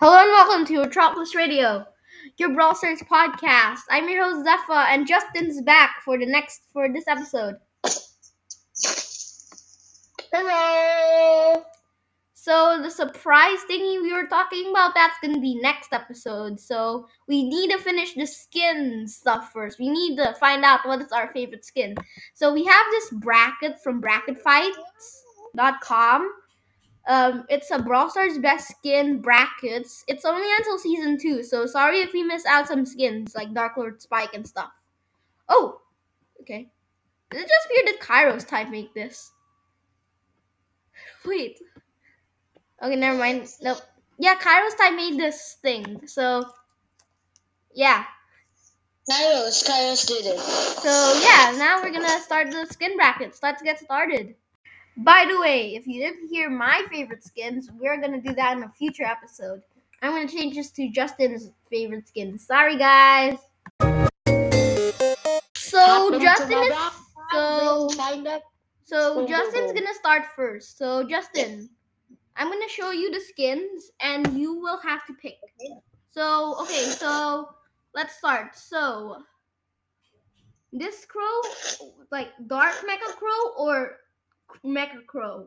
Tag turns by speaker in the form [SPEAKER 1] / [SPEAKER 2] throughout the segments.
[SPEAKER 1] Hello and welcome to Metropolis Radio, your Brawl Stars podcast. I'm your host Zepha, and Justin's back for the next for this episode.
[SPEAKER 2] Hello.
[SPEAKER 1] So the surprise thingy we were talking about that's gonna be next episode. So we need to finish the skin stuff first. We need to find out what is our favorite skin. So we have this bracket from bracketfights.com. Um, it's a Brawl Stars best skin brackets. It's only until season two, so sorry if we miss out some skins like Dark Lord Spike and stuff. Oh, okay. Is it just weird that Kairos type make this? Wait. Okay, never mind. Nope. Yeah, Kairos type made this thing. So, yeah.
[SPEAKER 2] Kairos, Kairos did it.
[SPEAKER 1] So, yeah, now we're gonna start the skin brackets. Let's get started. By the way, if you didn't hear my favorite skins, we're gonna do that in a future episode. I'm gonna change this to Justin's favorite skin. Sorry, guys. So, Justin is. so-
[SPEAKER 2] Kind of.
[SPEAKER 1] So
[SPEAKER 2] Boom, boom,
[SPEAKER 1] Justin's
[SPEAKER 2] boom.
[SPEAKER 1] gonna start first. So Justin, I'm gonna show you the skins, and you will have to pick. So okay, so let's start. So this crow, like dark mecha crow or mecha crow?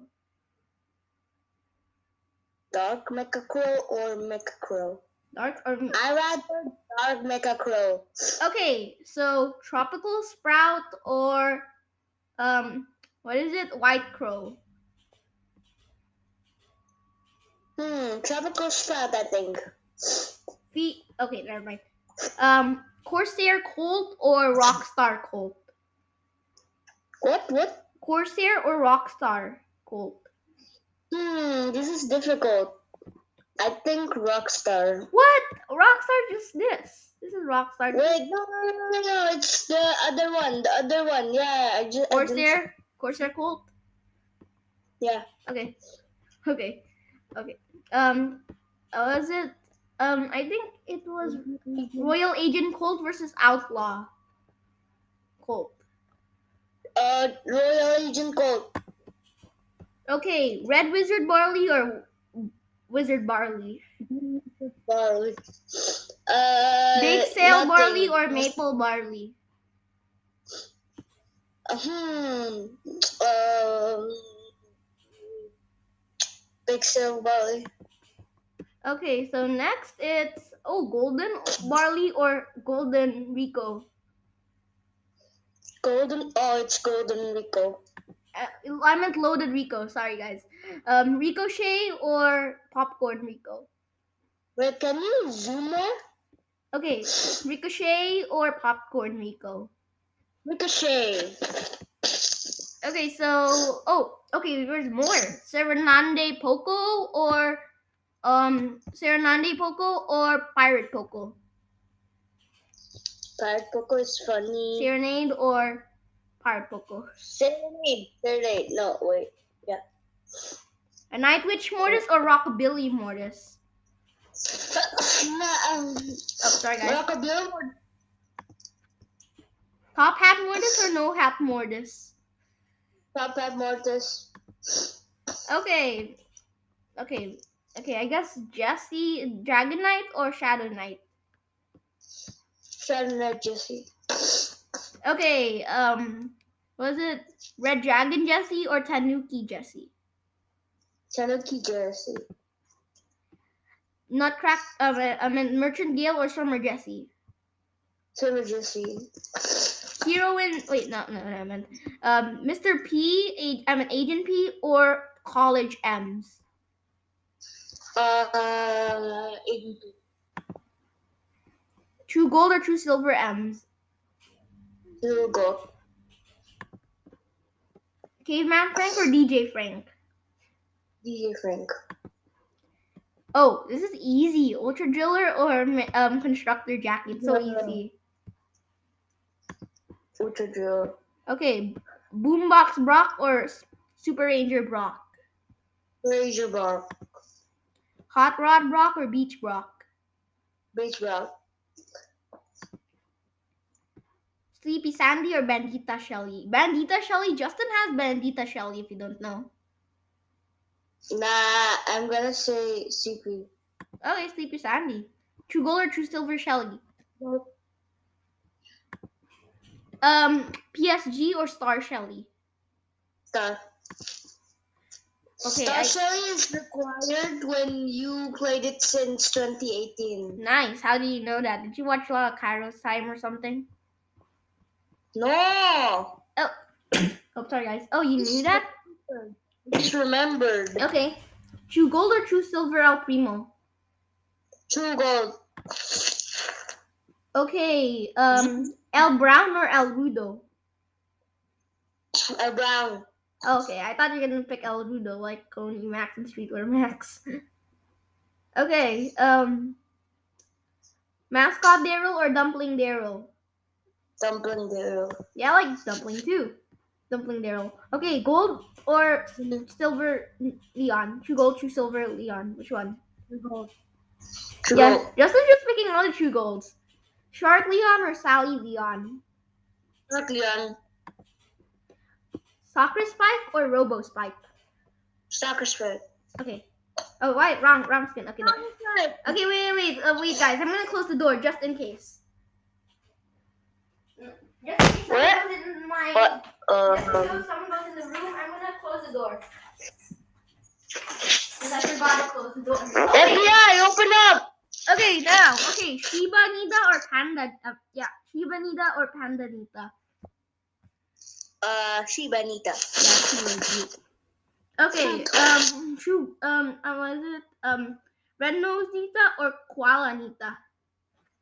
[SPEAKER 2] Dark Mecha Crow or Mecha Crow?
[SPEAKER 1] Dark or
[SPEAKER 2] I rather Dark Mecha Crow.
[SPEAKER 1] okay? So tropical sprout or um, what is it? White crow.
[SPEAKER 2] Hmm, Tropical Sprout, I think.
[SPEAKER 1] Feet. Okay, never mind. Um, Corsair Colt or Rockstar Colt.
[SPEAKER 2] What? What?
[SPEAKER 1] Corsair or Rockstar Gold?
[SPEAKER 2] Hmm, this is difficult. I think Rockstar.
[SPEAKER 1] What? Rockstar just this. This is Rockstar.
[SPEAKER 2] Wait, no, no, no, no, no, it's the other one, the other one. Yeah, I just.
[SPEAKER 1] Corsair? Corsair Gold?
[SPEAKER 2] Yeah.
[SPEAKER 1] Okay. Okay. Okay. Um was it um I think it was Royal Agent Colt versus Outlaw Colt.
[SPEAKER 2] Uh, Royal Agent Gold.
[SPEAKER 1] Okay, Red Wizard Barley or Wizard Barley?
[SPEAKER 2] Barley. Uh,
[SPEAKER 1] Big Sail
[SPEAKER 2] nothing.
[SPEAKER 1] Barley or Maple Barley?
[SPEAKER 2] Hmm. Um. Big Sail Barley.
[SPEAKER 1] Okay, so next it's oh golden barley or golden Rico.
[SPEAKER 2] Golden. Oh, it's Golden Rico.
[SPEAKER 1] Uh, I meant loaded Rico. Sorry guys. Um, ricochet or popcorn Rico.
[SPEAKER 2] Wait, can you zoom more?
[SPEAKER 1] Okay, ricochet or popcorn Rico.
[SPEAKER 2] Ricochet.
[SPEAKER 1] Okay, so oh okay, there's more. Serenade Poco or um Serenade Poco or pirate Poco.
[SPEAKER 2] Pirate Poco is funny.
[SPEAKER 1] Serenade or pirate Poco.
[SPEAKER 2] Serenade. Serenade. No, wait.
[SPEAKER 1] A night witch mortis or rockabilly mortis.
[SPEAKER 2] no, um,
[SPEAKER 1] Oh, sorry guys.
[SPEAKER 2] Rockabilly or
[SPEAKER 1] Top hat mortis or no hat mortis?
[SPEAKER 2] Top Hat Mortis.
[SPEAKER 1] Okay. Okay. Okay, I guess Jesse Dragon Knight or Shadow Knight.
[SPEAKER 2] Serenade Jesse.
[SPEAKER 1] Okay, um was it Red Dragon Jesse or Tanuki Jesse?
[SPEAKER 2] Tanuki Jesse.
[SPEAKER 1] Nutcrack um, uh, I mean Merchant Gale or Summer Jesse.
[SPEAKER 2] Summer Jesse.
[SPEAKER 1] Heroine wait, no no no I meant um Mr. P a, I mean Agent P or College M's.
[SPEAKER 2] Uh, ADP.
[SPEAKER 1] True gold or true silver M's.
[SPEAKER 2] Blue gold.
[SPEAKER 1] Caveman Frank or DJ Frank?
[SPEAKER 2] DJ Frank.
[SPEAKER 1] Oh, this is easy. Ultra driller or um, constructor jacket. So
[SPEAKER 2] Yeah.
[SPEAKER 1] easy.
[SPEAKER 2] Ultra Drill.
[SPEAKER 1] Okay, boombox Brock or S- Super Ranger Brock.
[SPEAKER 2] Razor Bar.
[SPEAKER 1] Hot rod Brock or beach Brock.
[SPEAKER 2] Beach Bar.
[SPEAKER 1] Sleepy Sandy or Bandita Shelly. Bandita Shelly. Justin has Bandita Shelly. If you don't know.
[SPEAKER 2] Nah, I'm gonna say CP.
[SPEAKER 1] Okay, Sleepy Sandy. True Gold or True Silver Shelly?
[SPEAKER 2] Gold.
[SPEAKER 1] Um, PSG or Star Shelly?
[SPEAKER 2] Star.
[SPEAKER 1] Okay,
[SPEAKER 2] Star
[SPEAKER 1] I-
[SPEAKER 2] Shelly is required when you played it since 2018.
[SPEAKER 1] Nice. How do you know that? Did you watch a lot of Kairos Time or something?
[SPEAKER 2] No!
[SPEAKER 1] Oh, sorry, guys. Oh, you knew that?
[SPEAKER 2] Just remembered.
[SPEAKER 1] Okay. True Gold or True Silver El Primo?
[SPEAKER 2] True gold.
[SPEAKER 1] Okay.
[SPEAKER 2] Mm-hmm.
[SPEAKER 1] Um, El Brown or El Rudo?
[SPEAKER 2] A brown.
[SPEAKER 1] Okay, I thought you were gonna pick El Rudo, like Coney Max and Streetwear Max. okay, um, mascot Daryl or Dumpling Daryl?
[SPEAKER 2] Dumpling girl.
[SPEAKER 1] Yeah, I like Dumpling too. Dumpling Daryl. Okay, gold or silver Leon? True gold, true silver Leon. Which one?
[SPEAKER 2] True gold.
[SPEAKER 1] yeah, Justin's just picking all the true golds. Shark Leon or Sally Leon?
[SPEAKER 2] Not Leon.
[SPEAKER 1] Soccer Spike or Robo Spike?
[SPEAKER 2] Soccer stripe.
[SPEAKER 1] Okay. Oh, right, wrong, wrong skin. Okay, there.
[SPEAKER 2] Soccer stripe.
[SPEAKER 1] Okay, wait, wait, wait, uh, wait, guys. I'm gonna close the door just in case. Just in case
[SPEAKER 2] What?
[SPEAKER 1] someone goes in my.
[SPEAKER 2] What?
[SPEAKER 1] Just in case
[SPEAKER 2] Um,
[SPEAKER 1] someone goes in the room, I'm gonna close the door. 'Cause I forgot to close the door. Okay,
[SPEAKER 2] FBI, open up!
[SPEAKER 1] okay, now, okay. Shiba Nida or Panda? Uh, yeah, Shiba Nida or Panda Nita?
[SPEAKER 2] Uh, Shiba Nita.
[SPEAKER 1] Yeah, Shiba Nita. Okay, um, true. Um, uh, was it um, Red Nose Nita or Koala Nita?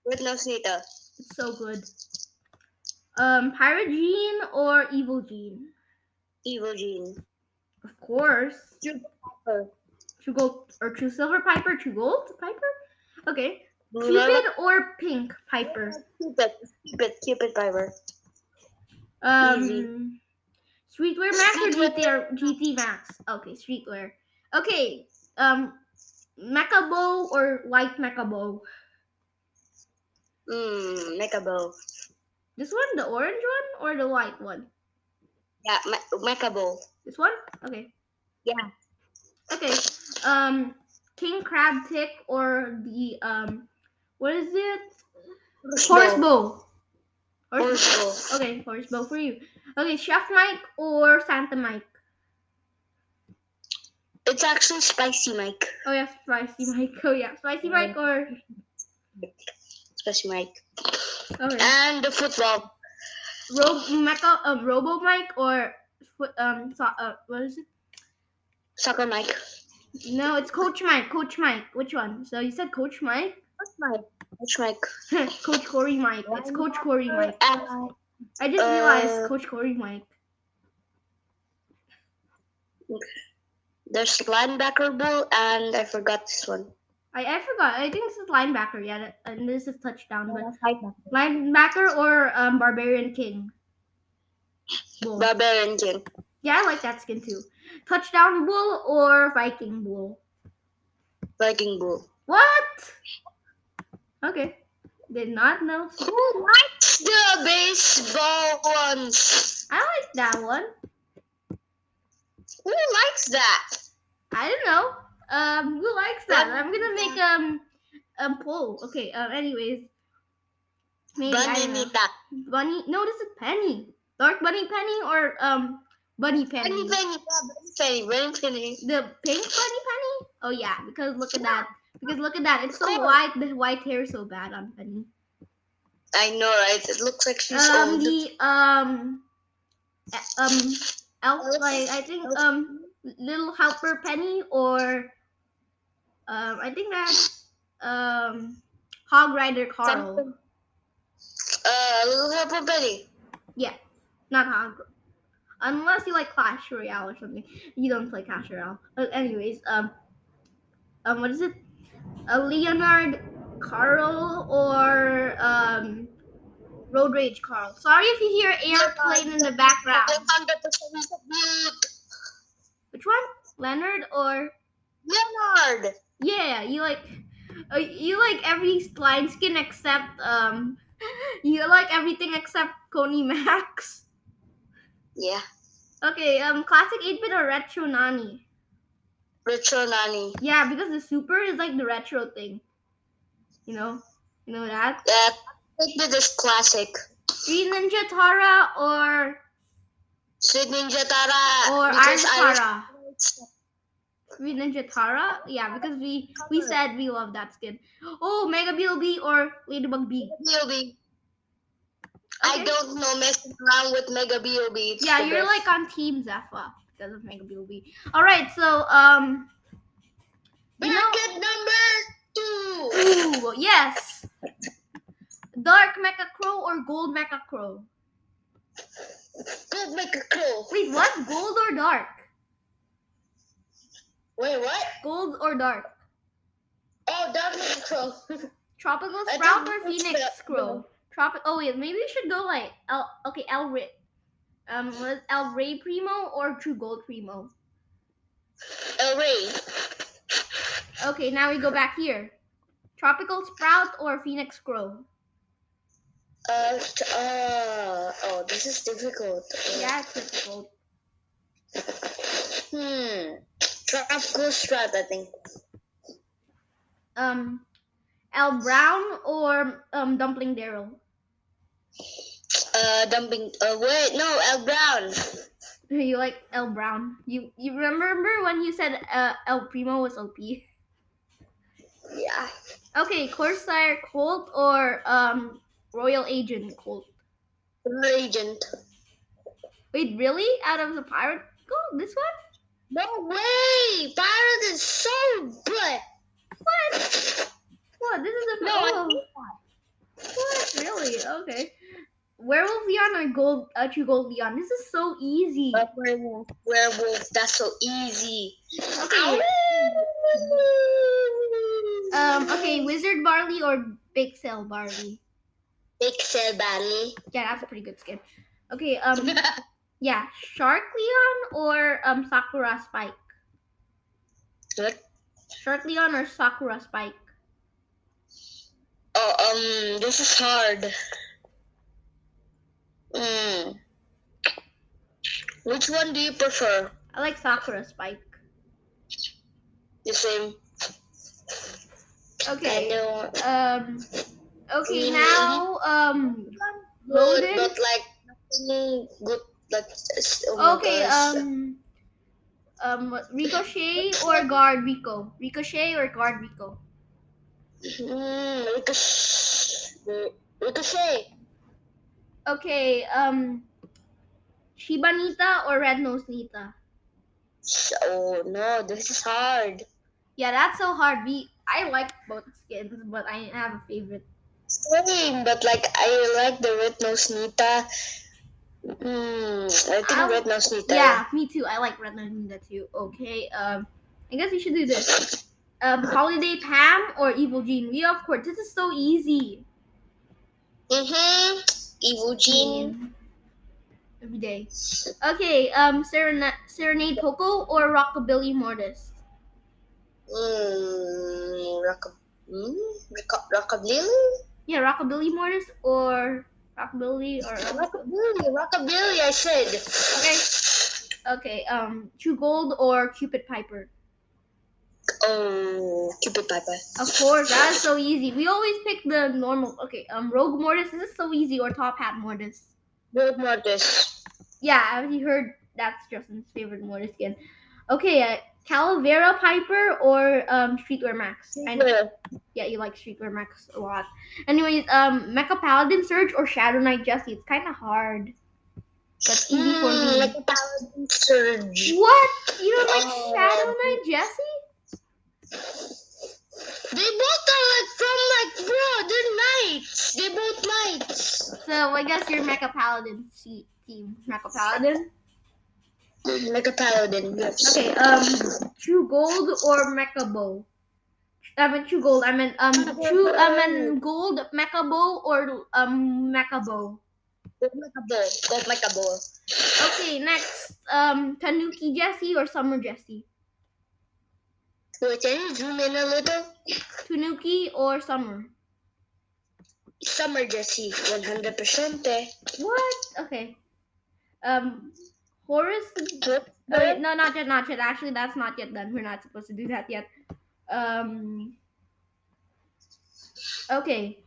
[SPEAKER 2] With nose Nita.
[SPEAKER 1] It's so good. Um, Pirate Gene or Evil Gene?
[SPEAKER 2] Evil Gene.
[SPEAKER 1] Of course.
[SPEAKER 2] Piper.
[SPEAKER 1] True Gold or True Silver Piper? True Gold Piper? Okay.
[SPEAKER 2] Remember?
[SPEAKER 1] Cupid or Pink Piper?
[SPEAKER 2] Cupid. Cupid. Cupid Piper.
[SPEAKER 1] Um, Streetwear Max or
[SPEAKER 2] Streetwear.
[SPEAKER 1] GT, or GT Max? Okay, Streetwear. Okay. Um, Mecha Bow or White Mecha Bow?
[SPEAKER 2] Mmm, Mecha Bow.
[SPEAKER 1] This one, the orange one or the white one?
[SPEAKER 2] Yeah, me- Mecha Bow.
[SPEAKER 1] This one? Okay.
[SPEAKER 2] Yeah.
[SPEAKER 1] Okay. Um King Crab Tick or the um what is it? Horse bow. Horse
[SPEAKER 2] Horse Bow.
[SPEAKER 1] bow. Okay, horse bow for you. Okay, Chef Mike or Santa Mike?
[SPEAKER 2] It's actually Spicy Mike.
[SPEAKER 1] Oh yeah, spicy Mike. Oh yeah, spicy Mike or
[SPEAKER 2] Spicy Mike.
[SPEAKER 1] okay.
[SPEAKER 2] And the football.
[SPEAKER 1] Rob Mecha um, Robo Mike or fo- um so, uh, what is it?
[SPEAKER 2] Soccer Mike.
[SPEAKER 1] No, it's Coach Mike. Coach Mike. Which one? So you said Coach Mike?
[SPEAKER 2] What's Mike? What's Mike?
[SPEAKER 1] Coach Corey Mike. It's Coach Corey Mike.
[SPEAKER 2] And
[SPEAKER 1] I just realized
[SPEAKER 2] Uh,
[SPEAKER 1] Coach Corey Mike.
[SPEAKER 2] there's linebacker ball, and I forgot this one.
[SPEAKER 1] I, I forgot. I think this is linebacker. Yeah, that- and this is touchdown. But linebacker or um, Barbarian King. Bull.
[SPEAKER 2] Barbarian King.
[SPEAKER 1] Yeah, I like that skin too. Touchdown bull or Viking bull.
[SPEAKER 2] Viking bull.
[SPEAKER 1] What? Okay, did not know.
[SPEAKER 2] Who likes the baseball ones?
[SPEAKER 1] I like that one.
[SPEAKER 2] Who likes that?
[SPEAKER 1] I don't know. Um, who likes that? I'm gonna make um a poll. Okay. Um. Anyways, maybe I don't know.
[SPEAKER 2] Bananita.
[SPEAKER 1] bunny. No, this is Penny. Dark bunny penny or um bunny
[SPEAKER 2] Penny, penny, penny, penny, penny.
[SPEAKER 1] The pink bunny penny? Oh yeah, because look at that. Because look at that. It's so
[SPEAKER 2] Cool.
[SPEAKER 1] white. The white hair is so bad on Penny.
[SPEAKER 2] I know, right? It looks like she's
[SPEAKER 1] Um,
[SPEAKER 2] old.
[SPEAKER 1] the um, e- um, elf like I think um, little helper Penny or um, I think that's um, Hog Rider Carl.
[SPEAKER 2] Something. Uh, little helper penny.
[SPEAKER 1] Not Hog. Unless you like Clash Royale or something, you don't play Clash Royale. But anyways, um, um, what is it? A Leonard Carl or um, Road Rage Carl. Sorry if you hear airplane in the background.
[SPEAKER 2] 100% is mute.
[SPEAKER 1] Which one? Leonard or
[SPEAKER 2] Leonard.
[SPEAKER 1] yeah? You like uh, you like every spline skin except um you like everything except Coney Max.
[SPEAKER 2] Yeah.
[SPEAKER 1] Okay, um, classic eight bit or retro Nani?
[SPEAKER 2] Retro Nani.
[SPEAKER 1] Yeah, because the super is like the retro thing. You know? You know that?
[SPEAKER 2] Yeah, take the this classic.
[SPEAKER 1] Green Ninja Tara or
[SPEAKER 2] Sweet Ninja Tara.
[SPEAKER 1] or Iron
[SPEAKER 2] because I was-
[SPEAKER 1] Tara. Green Ninja Tara? Yeah, because we we said we love that skin. Oh, Mega BLB or Ladybug B.
[SPEAKER 2] B.O.B.
[SPEAKER 1] Okay.
[SPEAKER 2] I don't know messing around with Mega B.O.B. It's
[SPEAKER 1] Yeah,
[SPEAKER 2] the
[SPEAKER 1] you're
[SPEAKER 2] best.
[SPEAKER 1] like on Team Zephyr because of Mega BLB. Alright, so um you know
[SPEAKER 2] Bracket number two.
[SPEAKER 1] Ooh, yes. Dark Mecha Crow or Gold Mecha Crow?
[SPEAKER 2] Go make a crow.
[SPEAKER 1] Wait, what? Gold or dark?
[SPEAKER 2] Wait, what?
[SPEAKER 1] Gold or dark?
[SPEAKER 2] Oh, dark make a crow.
[SPEAKER 1] Tropical
[SPEAKER 2] I
[SPEAKER 1] Sprout
[SPEAKER 2] don't
[SPEAKER 1] or
[SPEAKER 2] know which
[SPEAKER 1] Phoenix
[SPEAKER 2] that-
[SPEAKER 1] Crow? Tropic. Oh wait, maybe we should go like El. Okay, El Rey. Um, was El Rey Primo or True Gold Primo?
[SPEAKER 2] El Rey.
[SPEAKER 1] Okay, now we go back here. Tropical Sprout or Phoenix Crow?
[SPEAKER 2] Uh, t- uh, oh, this is difficult. Uh,
[SPEAKER 1] Yeah, it's difficult.
[SPEAKER 2] Hmm. Tropical Strat, I think.
[SPEAKER 1] Um, El Brown or um Dumpling Daryl?
[SPEAKER 2] Uh, dumping. Uh, wait, no, El Brown.
[SPEAKER 1] You like El Brown? You you remember when you said uh, El Primo was OP?
[SPEAKER 2] Yeah.
[SPEAKER 1] Okay, Corsair Colt or um Royal Agent Colt?
[SPEAKER 2] Regent.
[SPEAKER 1] Wait, really? Out of the pirate gold, this one?
[SPEAKER 2] No way! Pirate is so good!
[SPEAKER 1] What? This is a
[SPEAKER 2] No, I
[SPEAKER 1] oh. What? Really? Okay. Werewolf Leon or Gold? Uh, True Gold Leon. This is so easy.
[SPEAKER 2] Uh, werewolf. Werewolf, that's so easy.
[SPEAKER 1] Okay. Um. Okay. Wizard Barley or Big Cell Barley?
[SPEAKER 2] Pixel Barley.
[SPEAKER 1] Yeah, that's a pretty good skin. Okay. Um. Yeah. Shark Leon or um Sakura Spike.
[SPEAKER 2] What?
[SPEAKER 1] Shark Leon or Sakura Spike.
[SPEAKER 2] Oh, um, this is hard. Mm. Which one do you prefer?
[SPEAKER 1] I like Sakura Spike.
[SPEAKER 2] The same. I
[SPEAKER 1] Okay.
[SPEAKER 2] don't.
[SPEAKER 1] Um. Okay.
[SPEAKER 2] Mhm.
[SPEAKER 1] Now. Um.
[SPEAKER 2] Good,
[SPEAKER 1] Golden?
[SPEAKER 2] but like nothing good. Like s- oh my
[SPEAKER 1] Okay,
[SPEAKER 2] gosh.
[SPEAKER 1] um, um, what- Ricochet or Guard Rico? Ricochet or Guard Rico?
[SPEAKER 2] Mm, ricochet. Ricochet.
[SPEAKER 1] Okay, um, Shibanita or Red Nose Nita?
[SPEAKER 2] S- Oh no, this is hard.
[SPEAKER 1] Yeah, that's so hard. We I like both skins, but I didn't have a favorite.
[SPEAKER 2] Same, but like I like the red nose Nita. Mm, I think
[SPEAKER 1] Um,
[SPEAKER 2] red nose Nita.
[SPEAKER 1] Yeah, me too. I like Red Nose Nita too. Okay, um, I guess we should do this. Um, Holiday Pam or Evil Jean? We of course. This is so easy.
[SPEAKER 2] Mm-hmm. Evil Jean.
[SPEAKER 1] Every day. Okay, um, Serena- Serenade Poco or Rockabilly Mortis?
[SPEAKER 2] Mm, rock, mm, rock, rockabilly?
[SPEAKER 1] Yeah, Rockabilly Mortis or Rockabilly or
[SPEAKER 2] Rockabilly, rockabilly, I said.
[SPEAKER 1] okay, okay. Um, True Gold or Cupid Piper.
[SPEAKER 2] Um, Cupid Piper.
[SPEAKER 1] Of course, that is so easy. We always pick the normal. Okay, um, Rogue Mortis. This is so easy. Or Top Hat Mortis.
[SPEAKER 2] Bill Mortis.
[SPEAKER 1] Yeah, I already heard that's Justin's favorite Mortis skin. Okay, uh, Calavera Piper or um Streetwear Max. I know.
[SPEAKER 2] Yeah.
[SPEAKER 1] Yeah, you like Streetwear Max a lot. Anyways, um, Mecha Paladin Surge or Shadow Knight Jesse. It's kind of hard. That's easy for
[SPEAKER 2] Mm,
[SPEAKER 1] me.
[SPEAKER 2] like a thousand surge.
[SPEAKER 1] What? You don't like
[SPEAKER 2] Oh.
[SPEAKER 1] Shadow Knight Jesse?
[SPEAKER 2] They both are like from like bro, they're knights. They both knights.
[SPEAKER 1] So I guess you're Mecha Paladin se- team. Mecha Paladin.
[SPEAKER 2] Like a paladin. Yes.
[SPEAKER 1] Okay. Um, True Gold or Mecha Bow? I meant True Gold. I meant um True. I meant Gold Mecha Bow or um Mecha Bow.
[SPEAKER 2] Go make a ball. Go make a ball.
[SPEAKER 1] Okay. Next, um, Tanuki Jesse or Summer Jesse.
[SPEAKER 2] Wait, can you zoom in a little?
[SPEAKER 1] Tanuki or Summer.
[SPEAKER 2] Summer Jesse, 100%. Eh?
[SPEAKER 1] What? Okay. Um, Horus
[SPEAKER 2] Good.
[SPEAKER 1] Oh, wait, no, not yet, not yet. Actually, that's not yet done. We're not supposed to do that yet. Um. Okay.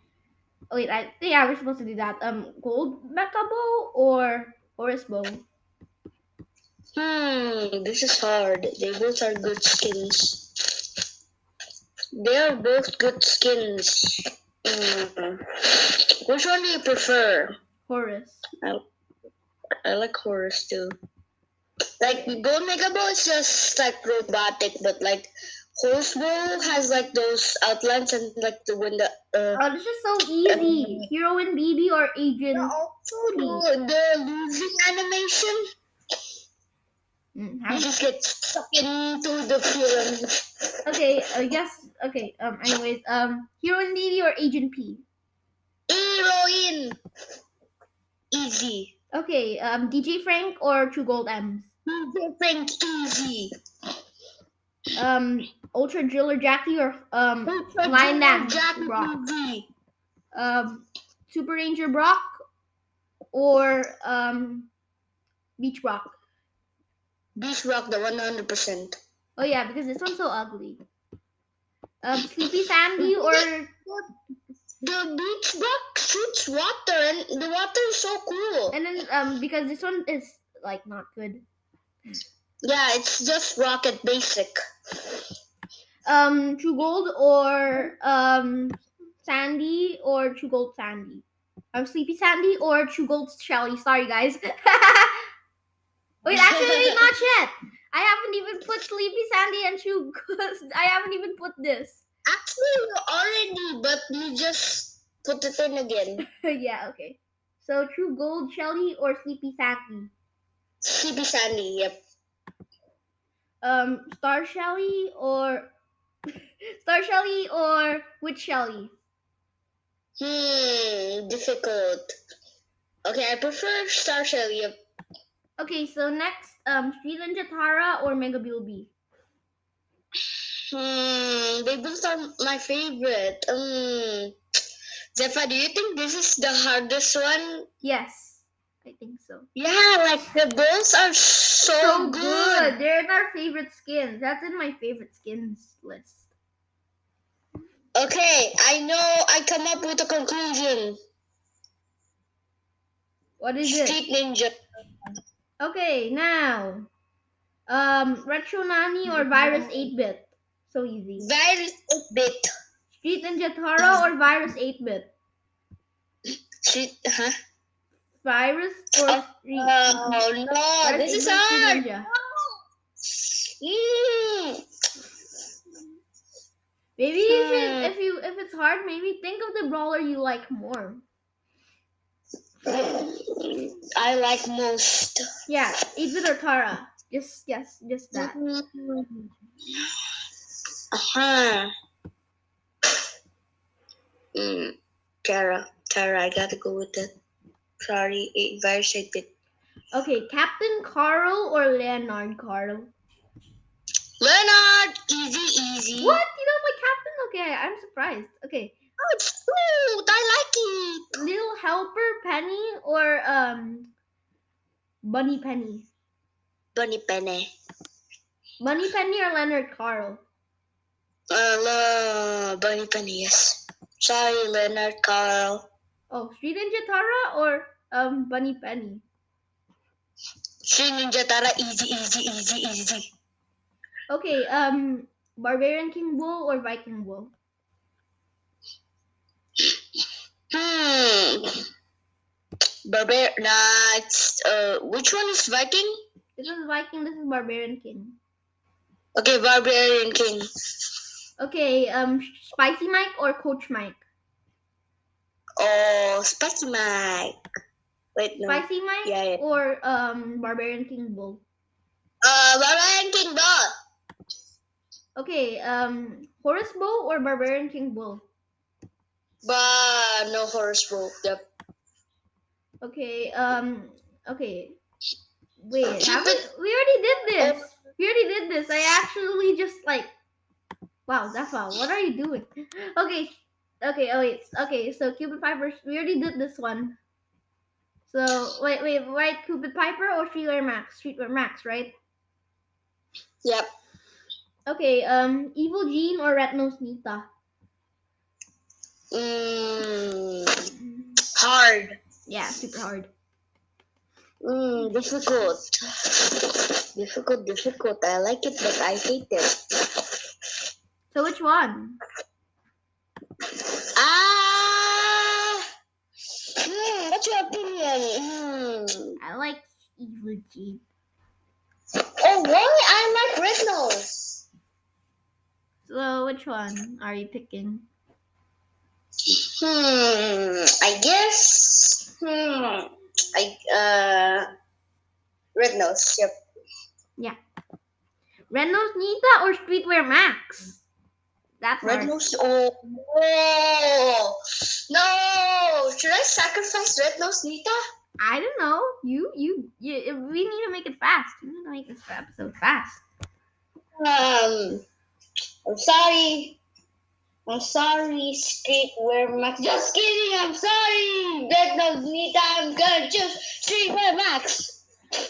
[SPEAKER 1] Oh, wait, I yeah, we're supposed to do that. Um, gold mecha bow or Horus bow.
[SPEAKER 2] Hmm, this is hard. They both are good skins. They are both good skins. Mm. Which one do you prefer?
[SPEAKER 1] Horus.
[SPEAKER 2] I like horrors too. Like Gold Mega Ball is just like robotic, but like Horse Ball has like those outlines and like the window. Uh,
[SPEAKER 1] Oh, this is so easy. Hero and BB or Agent. Cody.
[SPEAKER 2] oh, the losing animation.
[SPEAKER 1] Mm,
[SPEAKER 2] You
[SPEAKER 1] how-
[SPEAKER 2] just get stuck into the film.
[SPEAKER 1] Okay, I guess. Okay. Um. Anyways. Um. Hero and BB or Agent P.
[SPEAKER 2] Heroine. Easy.
[SPEAKER 1] Okay. Um. DJ Frank or True Gold M's.
[SPEAKER 2] Think easy.
[SPEAKER 1] Um. Ultra Driller Jackie or um. Line dance,
[SPEAKER 2] Jack
[SPEAKER 1] rock.
[SPEAKER 2] movie.
[SPEAKER 1] um, Super Ranger Brock or um, Beach Brock.
[SPEAKER 2] Beach Rock the 100%.
[SPEAKER 1] Oh yeah, because this one's so ugly. Um, Sleepy Sandy or
[SPEAKER 2] The beach rock shoots water, and the water is so cool.
[SPEAKER 1] and then um because this one is like not good.
[SPEAKER 2] yeah, it's just rocket basic.
[SPEAKER 1] Um, True Gold or um Sandy or True Gold Sandy. Um, Sleepy Sandy or True Gold Shelly. Sorry guys. Wait, actually not yet. I haven't even put Sleepy Sandy and True. Gold- I haven't even put this.
[SPEAKER 2] Actually, you already, but you just put it in again.
[SPEAKER 1] yeah, okay. So True Gold Shelly or Sleepy Sandy?
[SPEAKER 2] CB Sandy, yep.
[SPEAKER 1] Um, Star Shelly or Star Shelly or Witch Shelly?
[SPEAKER 2] Hmm, difficult. Okay, I prefer Star Shell, yep.
[SPEAKER 1] Okay, so next, um, Street Ninja Tara or Mega Bilby?
[SPEAKER 2] Hmm, they both are my favorite. Hmm. Zepha, do you think this is the hardest one?
[SPEAKER 1] Yes, I think so.
[SPEAKER 2] Yeah, like the balls are so,
[SPEAKER 1] So
[SPEAKER 2] good.
[SPEAKER 1] good. They're in our favorite skins. That's in my favorite skins list.
[SPEAKER 2] Okay, I know I come up with a conclusion.
[SPEAKER 1] What is it?
[SPEAKER 2] Street Ninja.
[SPEAKER 1] Okay, now, um, Retro Nani or Virus 8-Bit? So easy.
[SPEAKER 2] Very bit.
[SPEAKER 1] Street Ninja Tara or Virus 8-Bit?
[SPEAKER 2] Street, huh?
[SPEAKER 1] virus or street?
[SPEAKER 2] Oh no,
[SPEAKER 1] virus
[SPEAKER 2] this is
[SPEAKER 1] equals street
[SPEAKER 2] hard.
[SPEAKER 1] ninja.
[SPEAKER 2] Mm.
[SPEAKER 1] Maybe you
[SPEAKER 2] Hmm.
[SPEAKER 1] should, if you if it's hard, maybe think of the brawler you like more.
[SPEAKER 2] I like most.
[SPEAKER 1] Yeah, Ibit or Tara. Just yes, just that.
[SPEAKER 2] Mm. Uh-huh. Mm. Tara, Tara, I gotta go with that. Sorry, it virus I did.
[SPEAKER 1] Okay, Captain Carl or Leonard Carl.
[SPEAKER 2] Leonard, easy, easy.
[SPEAKER 1] What? You don't like Captain? Okay, I'm surprised. Okay,
[SPEAKER 2] Oh, it's cute. I like it.
[SPEAKER 1] Little Helper Penny or um, Bunny Penny.
[SPEAKER 2] Bunny Penny.
[SPEAKER 1] Bunny Penny or Leonard Carl.
[SPEAKER 2] Hello, Bunny Penny, yes. Sorry, Leonard Carl.
[SPEAKER 1] Oh, Street Ninja Tara or um, Bunny Penny.
[SPEAKER 2] Sri Ninja Tara, easy, easy, easy, easy.
[SPEAKER 1] Okay, um, Barbarian King Bull or Viking Bull?
[SPEAKER 2] Hmm. Barbar, nah, it's, uh, which one is Viking?
[SPEAKER 1] This is Viking, this is Barbarian King.
[SPEAKER 2] Okay, Barbarian King.
[SPEAKER 1] Okay, um, Spicy Mike or Coach Mike?
[SPEAKER 2] Oh, Spicy Mike. Wait, no.
[SPEAKER 1] Spicy Mike
[SPEAKER 2] Yeah, yeah.
[SPEAKER 1] or um, Barbarian King Bull?
[SPEAKER 2] Uh, Barbarian King, ball.
[SPEAKER 1] Okay, um, Horus Bow or Barbarian King Bull?
[SPEAKER 2] Bah, no horse rope. Yep.
[SPEAKER 1] Okay, um, okay. Wait,
[SPEAKER 2] Keep
[SPEAKER 1] haven't- we already did this. We already did this. I actually just like, wow, Zepha, what are you doing? Okay, okay, oh wait, okay. So Cupid Piper, we already did this one. So wait, wait, right? Cupid Piper or Streetwear Max? Streetwear Max, right?
[SPEAKER 2] Yep.
[SPEAKER 1] Okay, um, Evil Jean or Red Nose Nita?
[SPEAKER 2] Mm, hard.
[SPEAKER 1] Yeah, super hard.
[SPEAKER 2] Mm, difficult. Difficult, difficult. I like it, but I hate it.
[SPEAKER 1] So which one?
[SPEAKER 2] Ah. Hmm, what's your opinion? Hmm.
[SPEAKER 1] I like Evil Jean.
[SPEAKER 2] Oh, why I like red nose?
[SPEAKER 1] So which one are you picking?
[SPEAKER 2] Hmm. I guess. Hmm. I uh. Red nose. Yep.
[SPEAKER 1] Red Nose Nita or Streetwear Max? That's
[SPEAKER 2] Red
[SPEAKER 1] hard.
[SPEAKER 2] nose. Oh, no. No. Should I sacrifice red nose, Nita?
[SPEAKER 1] I don't know. You, you, you. We need to make it fast. We need to make this episode fast.
[SPEAKER 2] Um, I'm sorry. I'm sorry, Streetwear Max. Just kidding. I'm sorry. Red nose, Nita. I'm gonna choose Streetwear Max.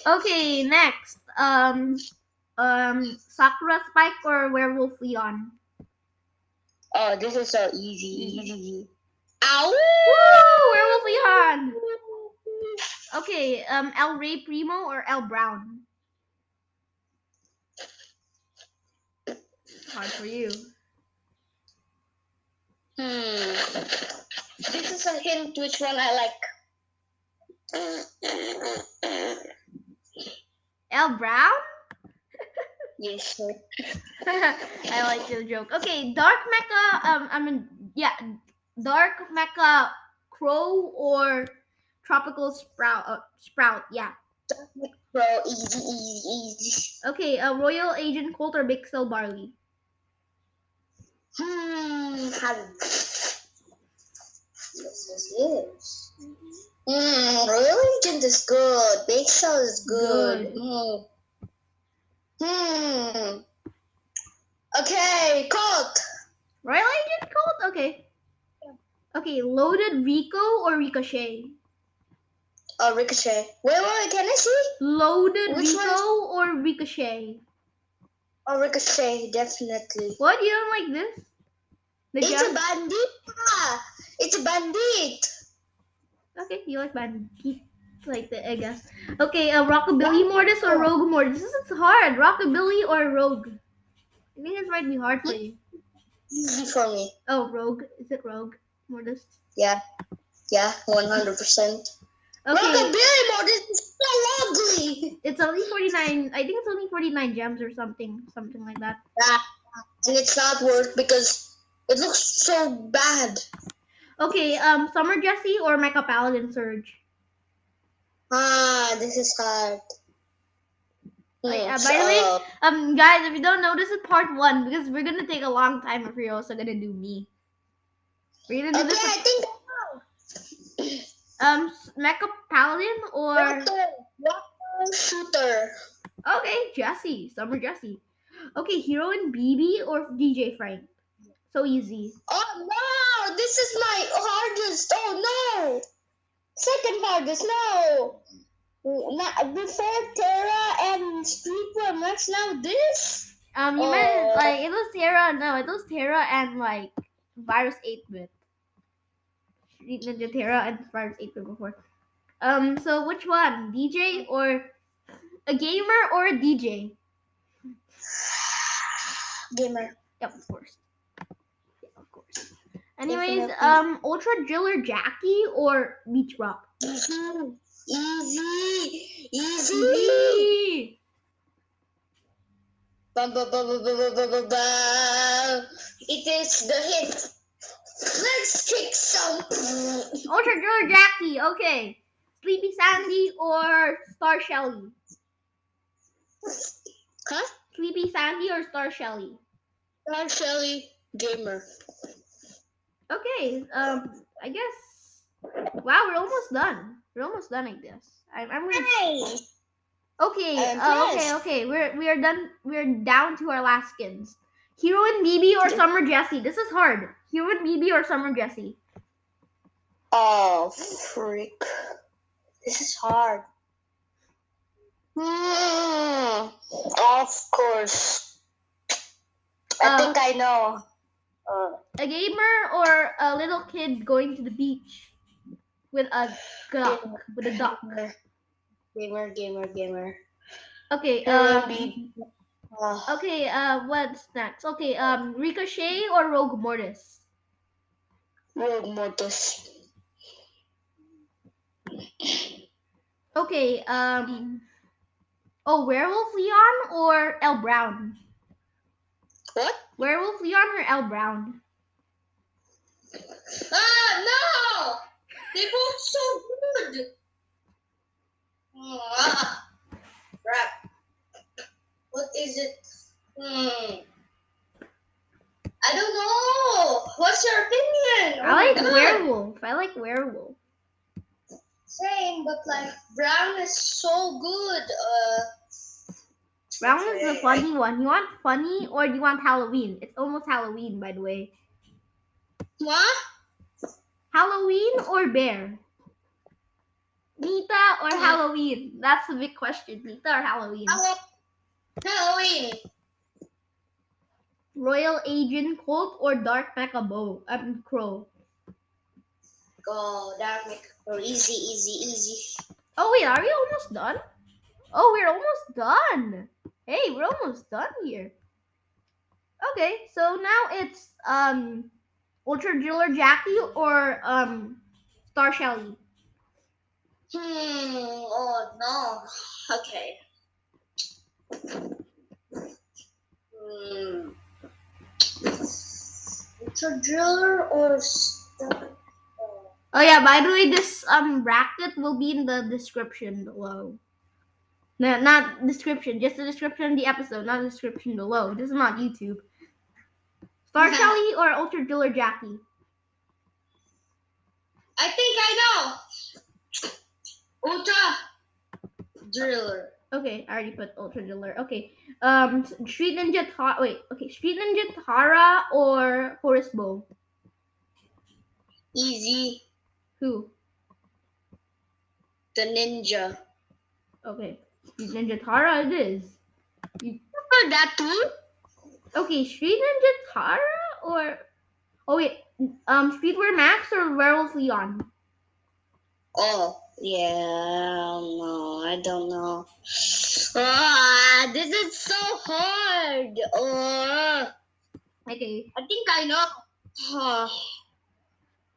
[SPEAKER 1] Okay, next. Um, um, Sakura Spike or Werewolf Leon?
[SPEAKER 2] Oh, this is so easy. Easy. easy. Ow.
[SPEAKER 1] Woo! Werewolf Leon. Okay, um, El Rey Primo or El Brown? Hard for you.
[SPEAKER 2] Hmm. This is a hint which one I like.
[SPEAKER 1] El Brown?
[SPEAKER 2] Yes.
[SPEAKER 1] I like the joke. Okay, Dark Mecha. Um, I mean, yeah, Dark Mecha Crow or Tropical Sprout. Uh, sprout, yeah.
[SPEAKER 2] So easy, easy, easy.
[SPEAKER 1] Okay, uh, Royal Agent Colt or Big Cell Barley.
[SPEAKER 2] Hmm. Hard. Yes, yes, yes. Hmm. Royal Agent is good. Big Cell is good.
[SPEAKER 1] Good.
[SPEAKER 2] Hmm. Hmm. Okay, Colt.
[SPEAKER 1] Royal Agent Colt. Okay. Okay, loaded Rico or Ricochet.
[SPEAKER 2] Oh, Ricochet. Wait, wait, can I see?
[SPEAKER 1] Loaded
[SPEAKER 2] Which one is-
[SPEAKER 1] Rico or Ricochet.
[SPEAKER 2] Oh, Ricochet, definitely.
[SPEAKER 1] What you don't like this? Did you
[SPEAKER 2] It's a
[SPEAKER 1] have-
[SPEAKER 2] bandit. ah. It's a bandit.
[SPEAKER 1] Okay, you like bandit like that, I guess. Okay, uh, rockabilly mortis
[SPEAKER 2] Oh.
[SPEAKER 1] or rogue mortis? This is hard. Rockabilly or rogue? I think this might be hard for you.
[SPEAKER 2] Easy for me.
[SPEAKER 1] Oh, rogue. Is it rogue mortis?
[SPEAKER 2] Yeah. Yeah, 100%.
[SPEAKER 1] Okay,
[SPEAKER 2] Rockabilly mode is so ugly.
[SPEAKER 1] it's only forty nine. I think it's only forty nine gems or something, something like that.
[SPEAKER 2] And it's not worth because it looks so bad.
[SPEAKER 1] Okay, um, summer Jessie or mecha paladin surge?
[SPEAKER 2] Ah, this is hard.
[SPEAKER 1] Oh, yeah,
[SPEAKER 2] Hmm,
[SPEAKER 1] by the way-
[SPEAKER 2] so-
[SPEAKER 1] Um, guys, if you don't know, this is part one because we're gonna take a long time if you're also gonna do me. We're gonna do
[SPEAKER 2] okay,
[SPEAKER 1] this.
[SPEAKER 2] I think
[SPEAKER 1] Um, mecha paladin or.
[SPEAKER 2] Rocker, Rocker shooter.
[SPEAKER 1] Okay, Jesse, Summer Jesse. Okay, Hero and BB or DJ Frank. So easy.
[SPEAKER 2] Oh no, this is my hardest. Oh no, second hardest. No, Not, before Terra and Streetwear Max. Now this.
[SPEAKER 1] Um, you
[SPEAKER 2] Oh.
[SPEAKER 1] meant like it was Terra. No, it was Terra and like Virus Eight Bit. Street Ninja Terra and Virus Eight Bit before. Um, so which one, DJ or a gamer or a DJ?
[SPEAKER 2] Gamer.
[SPEAKER 1] Yep, of course. Yeah, of course. Anyways,
[SPEAKER 2] Definitely.
[SPEAKER 1] um, Ultra Driller Jackie or Beach Rock.
[SPEAKER 2] Easy, Mm-hmm. easy, easy.
[SPEAKER 1] Easy.
[SPEAKER 2] Bum, bum, bum, bum, bum, bum, bum, bum, bum. It is the hit. Let's kick some.
[SPEAKER 1] Ultra Driller Jackie, okay. Sleepy Sandy or Star Shelly?
[SPEAKER 2] Huh?
[SPEAKER 1] Sleepy Sandy or Star Shelly?
[SPEAKER 2] Star Shelly Gamer.
[SPEAKER 1] Okay, um, I guess. Wow, we're almost done. We're almost done, I guess. I'm, I'm gonna.
[SPEAKER 2] Hey!
[SPEAKER 1] Okay,
[SPEAKER 2] I'm
[SPEAKER 1] uh, okay,
[SPEAKER 2] finished.
[SPEAKER 1] okay. We're we are done. We're down to our last skins. Hero and BB or Summer Jessie. This is hard. Hero and BB or Summer Jessie.
[SPEAKER 2] Oh, freak. This is hard. Hmm. Of course. I
[SPEAKER 1] Uh,
[SPEAKER 2] think I know. Uh,
[SPEAKER 1] A gamer or a little kid going to the beach with a duck. With a duck.
[SPEAKER 2] gamer, gamer, gamer.
[SPEAKER 1] Okay.
[SPEAKER 2] Uh,
[SPEAKER 1] Um,
[SPEAKER 2] uh,
[SPEAKER 1] okay. Uh, what's next? Okay. Um, Ricochet or Rogue Mortis.
[SPEAKER 2] Rogue Mortis.
[SPEAKER 1] Okay.
[SPEAKER 2] Mm.
[SPEAKER 1] Um. Oh, Werewolf Leon or L Brown.
[SPEAKER 2] What?
[SPEAKER 1] Werewolf Leon or L Brown.
[SPEAKER 2] Ah, no! They both so good. Ah, crap. What is it? Hmm. I don't know. What's your opinion? Oh
[SPEAKER 1] I
[SPEAKER 2] my
[SPEAKER 1] like
[SPEAKER 2] God.
[SPEAKER 1] werewolf. I like werewolf.
[SPEAKER 2] Same, but like Brown is so good. Uh,
[SPEAKER 1] Brown is the
[SPEAKER 2] Okay.
[SPEAKER 1] funny one. You want funny or you want Halloween? It's almost Halloween, by the way.
[SPEAKER 2] what?
[SPEAKER 1] Halloween or bear? Nita or Halloween? That's the big question. Nita or Halloween?
[SPEAKER 2] Hallow-
[SPEAKER 1] Mm.
[SPEAKER 2] Halloween.
[SPEAKER 1] Royal Agent Colt or Dark Mecha Bow? Um, Crow.
[SPEAKER 2] Go, that make oh, easy, easy, easy.
[SPEAKER 1] Oh wait, are we almost done? Oh, we're almost done. Hey, we're almost done here. Okay, so now it's um, Ultra Driller Jackie or um, Star Shelly.
[SPEAKER 2] Hmm. Oh no. Okay. Hmm. It's a driller or stuff.
[SPEAKER 1] Oh yeah, by the way, this um bracket will be in the description below. No, not description, just the description of the episode, not the description below. This is not YouTube. Star Shelly or Ultra Driller Jackie?
[SPEAKER 2] I think I know. Ultra driller.
[SPEAKER 1] Okay, I already put Ultra Driller. Okay. Um Street Ninja Tara wait, okay, Street Ninja Tara or Forest Bow?
[SPEAKER 2] Easy.
[SPEAKER 1] Who?
[SPEAKER 2] The ninja.
[SPEAKER 1] Okay. Street Ninja Tara it is.
[SPEAKER 2] Remember that too?
[SPEAKER 1] Okay, Street Ninja Tara or Oh wait, um Streetwear Max or Werewolf Leon?
[SPEAKER 2] Oh, yeah, no, I don't know. Ah, this is so hard. Oh,
[SPEAKER 1] Okay.
[SPEAKER 2] I think I know. Huh.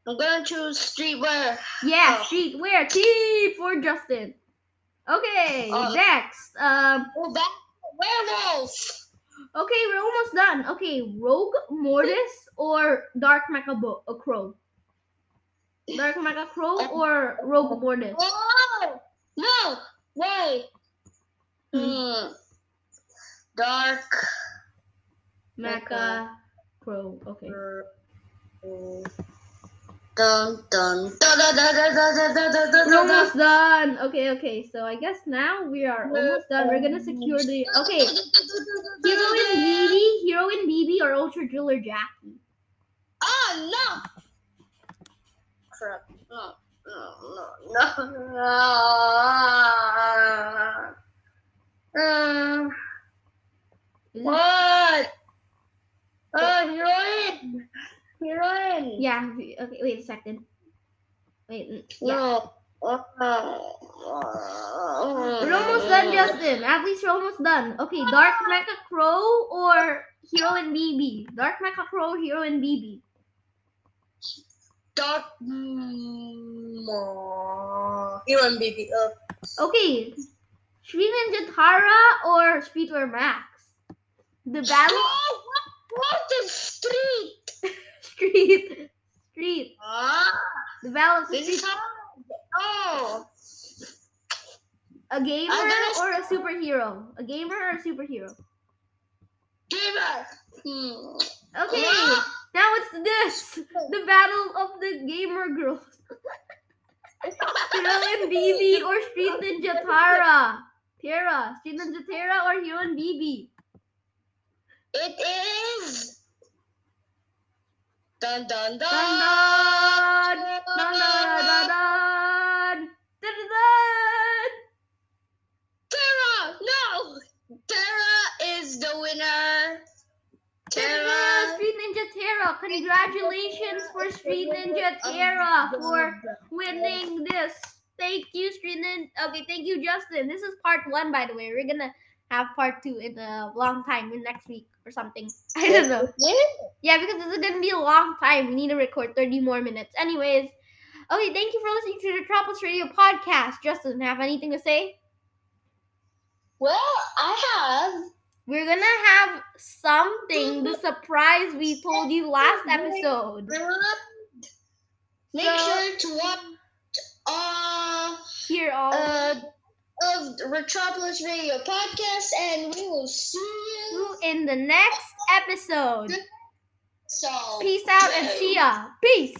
[SPEAKER 2] I'm gonna choose streetwear.
[SPEAKER 1] Yeah,
[SPEAKER 2] Oh.
[SPEAKER 1] she wear tea for Justin. Okay,
[SPEAKER 2] Oh.
[SPEAKER 1] next. Um,
[SPEAKER 2] Oh, back werewolf.
[SPEAKER 1] okay, we're almost done. Okay, Rogue Mortis or Dark Mecha Bo- uh, Crow? Dark Mecha Crow or Rogue Mortis?
[SPEAKER 2] Oh, no, wait. Hmm. Dark.
[SPEAKER 1] Mecha Crow. Okay.
[SPEAKER 2] Dun dun dun dun dun dun dun dun dun dun
[SPEAKER 1] We're
[SPEAKER 2] dun dun.
[SPEAKER 1] almost done. Okay, okay. So I guess now we are almost done. We're gonna secure the. Okay, Hero and BB, Hero and BB, or Ultra Driller Jackie.
[SPEAKER 2] Oh no! Crap! No! No! No! No! Uh,
[SPEAKER 1] Is it-
[SPEAKER 2] what? Oh, heroin! Heroin!
[SPEAKER 1] Yeah. we- Okay. Wait a second. Wait. n- Yeah.
[SPEAKER 2] No.
[SPEAKER 1] We're
[SPEAKER 2] We're
[SPEAKER 1] almost done, Justin. At least we're almost done. Okay, Dark Mecha Crow or Hero and BB? Dark Mecha Crow, Hero and BB.
[SPEAKER 2] Dark. Mm, Heroin BB. Uh,
[SPEAKER 1] Okay, Shri Ninja Tara or Streetwear Max? The battle
[SPEAKER 2] oh, what? What the street?
[SPEAKER 1] street, street.
[SPEAKER 2] Ah.
[SPEAKER 1] The battle
[SPEAKER 2] This
[SPEAKER 1] street.
[SPEAKER 2] is hard. Oh,
[SPEAKER 1] A gamer
[SPEAKER 2] I'm gonna-
[SPEAKER 1] or a superhero? A gamer or a superhero?
[SPEAKER 2] gamer. Hmm.
[SPEAKER 1] Okay,
[SPEAKER 2] Ah.
[SPEAKER 1] now it's this. The battle of the gamer girls. Hero and BB or Street Ninja Tara? Tara, Street Ninja Tara or Hero and BB?
[SPEAKER 2] It is. Dun dun dun.
[SPEAKER 1] Dun dun! Dun dun dun dun! Dun dun dun!
[SPEAKER 2] Tara.
[SPEAKER 1] Era, congratulations for Street Ninja Era for winning this. Thank you, Street Ninja. Okay, thank you, Justin. This is part one, by the way. We're gonna have part two in a long time, in next week or something. I don't know. Yeah, because this is gonna be a long time. We need to record 30 more minutes. Anyways, okay, thank you for listening to the Tropics Radio podcast. Justin, have anything to say?
[SPEAKER 2] Well, I have.
[SPEAKER 1] We're gonna have something the surprise we told you last episode.
[SPEAKER 2] Make
[SPEAKER 1] So-
[SPEAKER 2] sure to watch uh,
[SPEAKER 1] Here all
[SPEAKER 2] uh, of the Retropolis Radio podcast, and we will see you.
[SPEAKER 1] in the next episode.
[SPEAKER 2] So.
[SPEAKER 1] Peace out and see ya. Peace.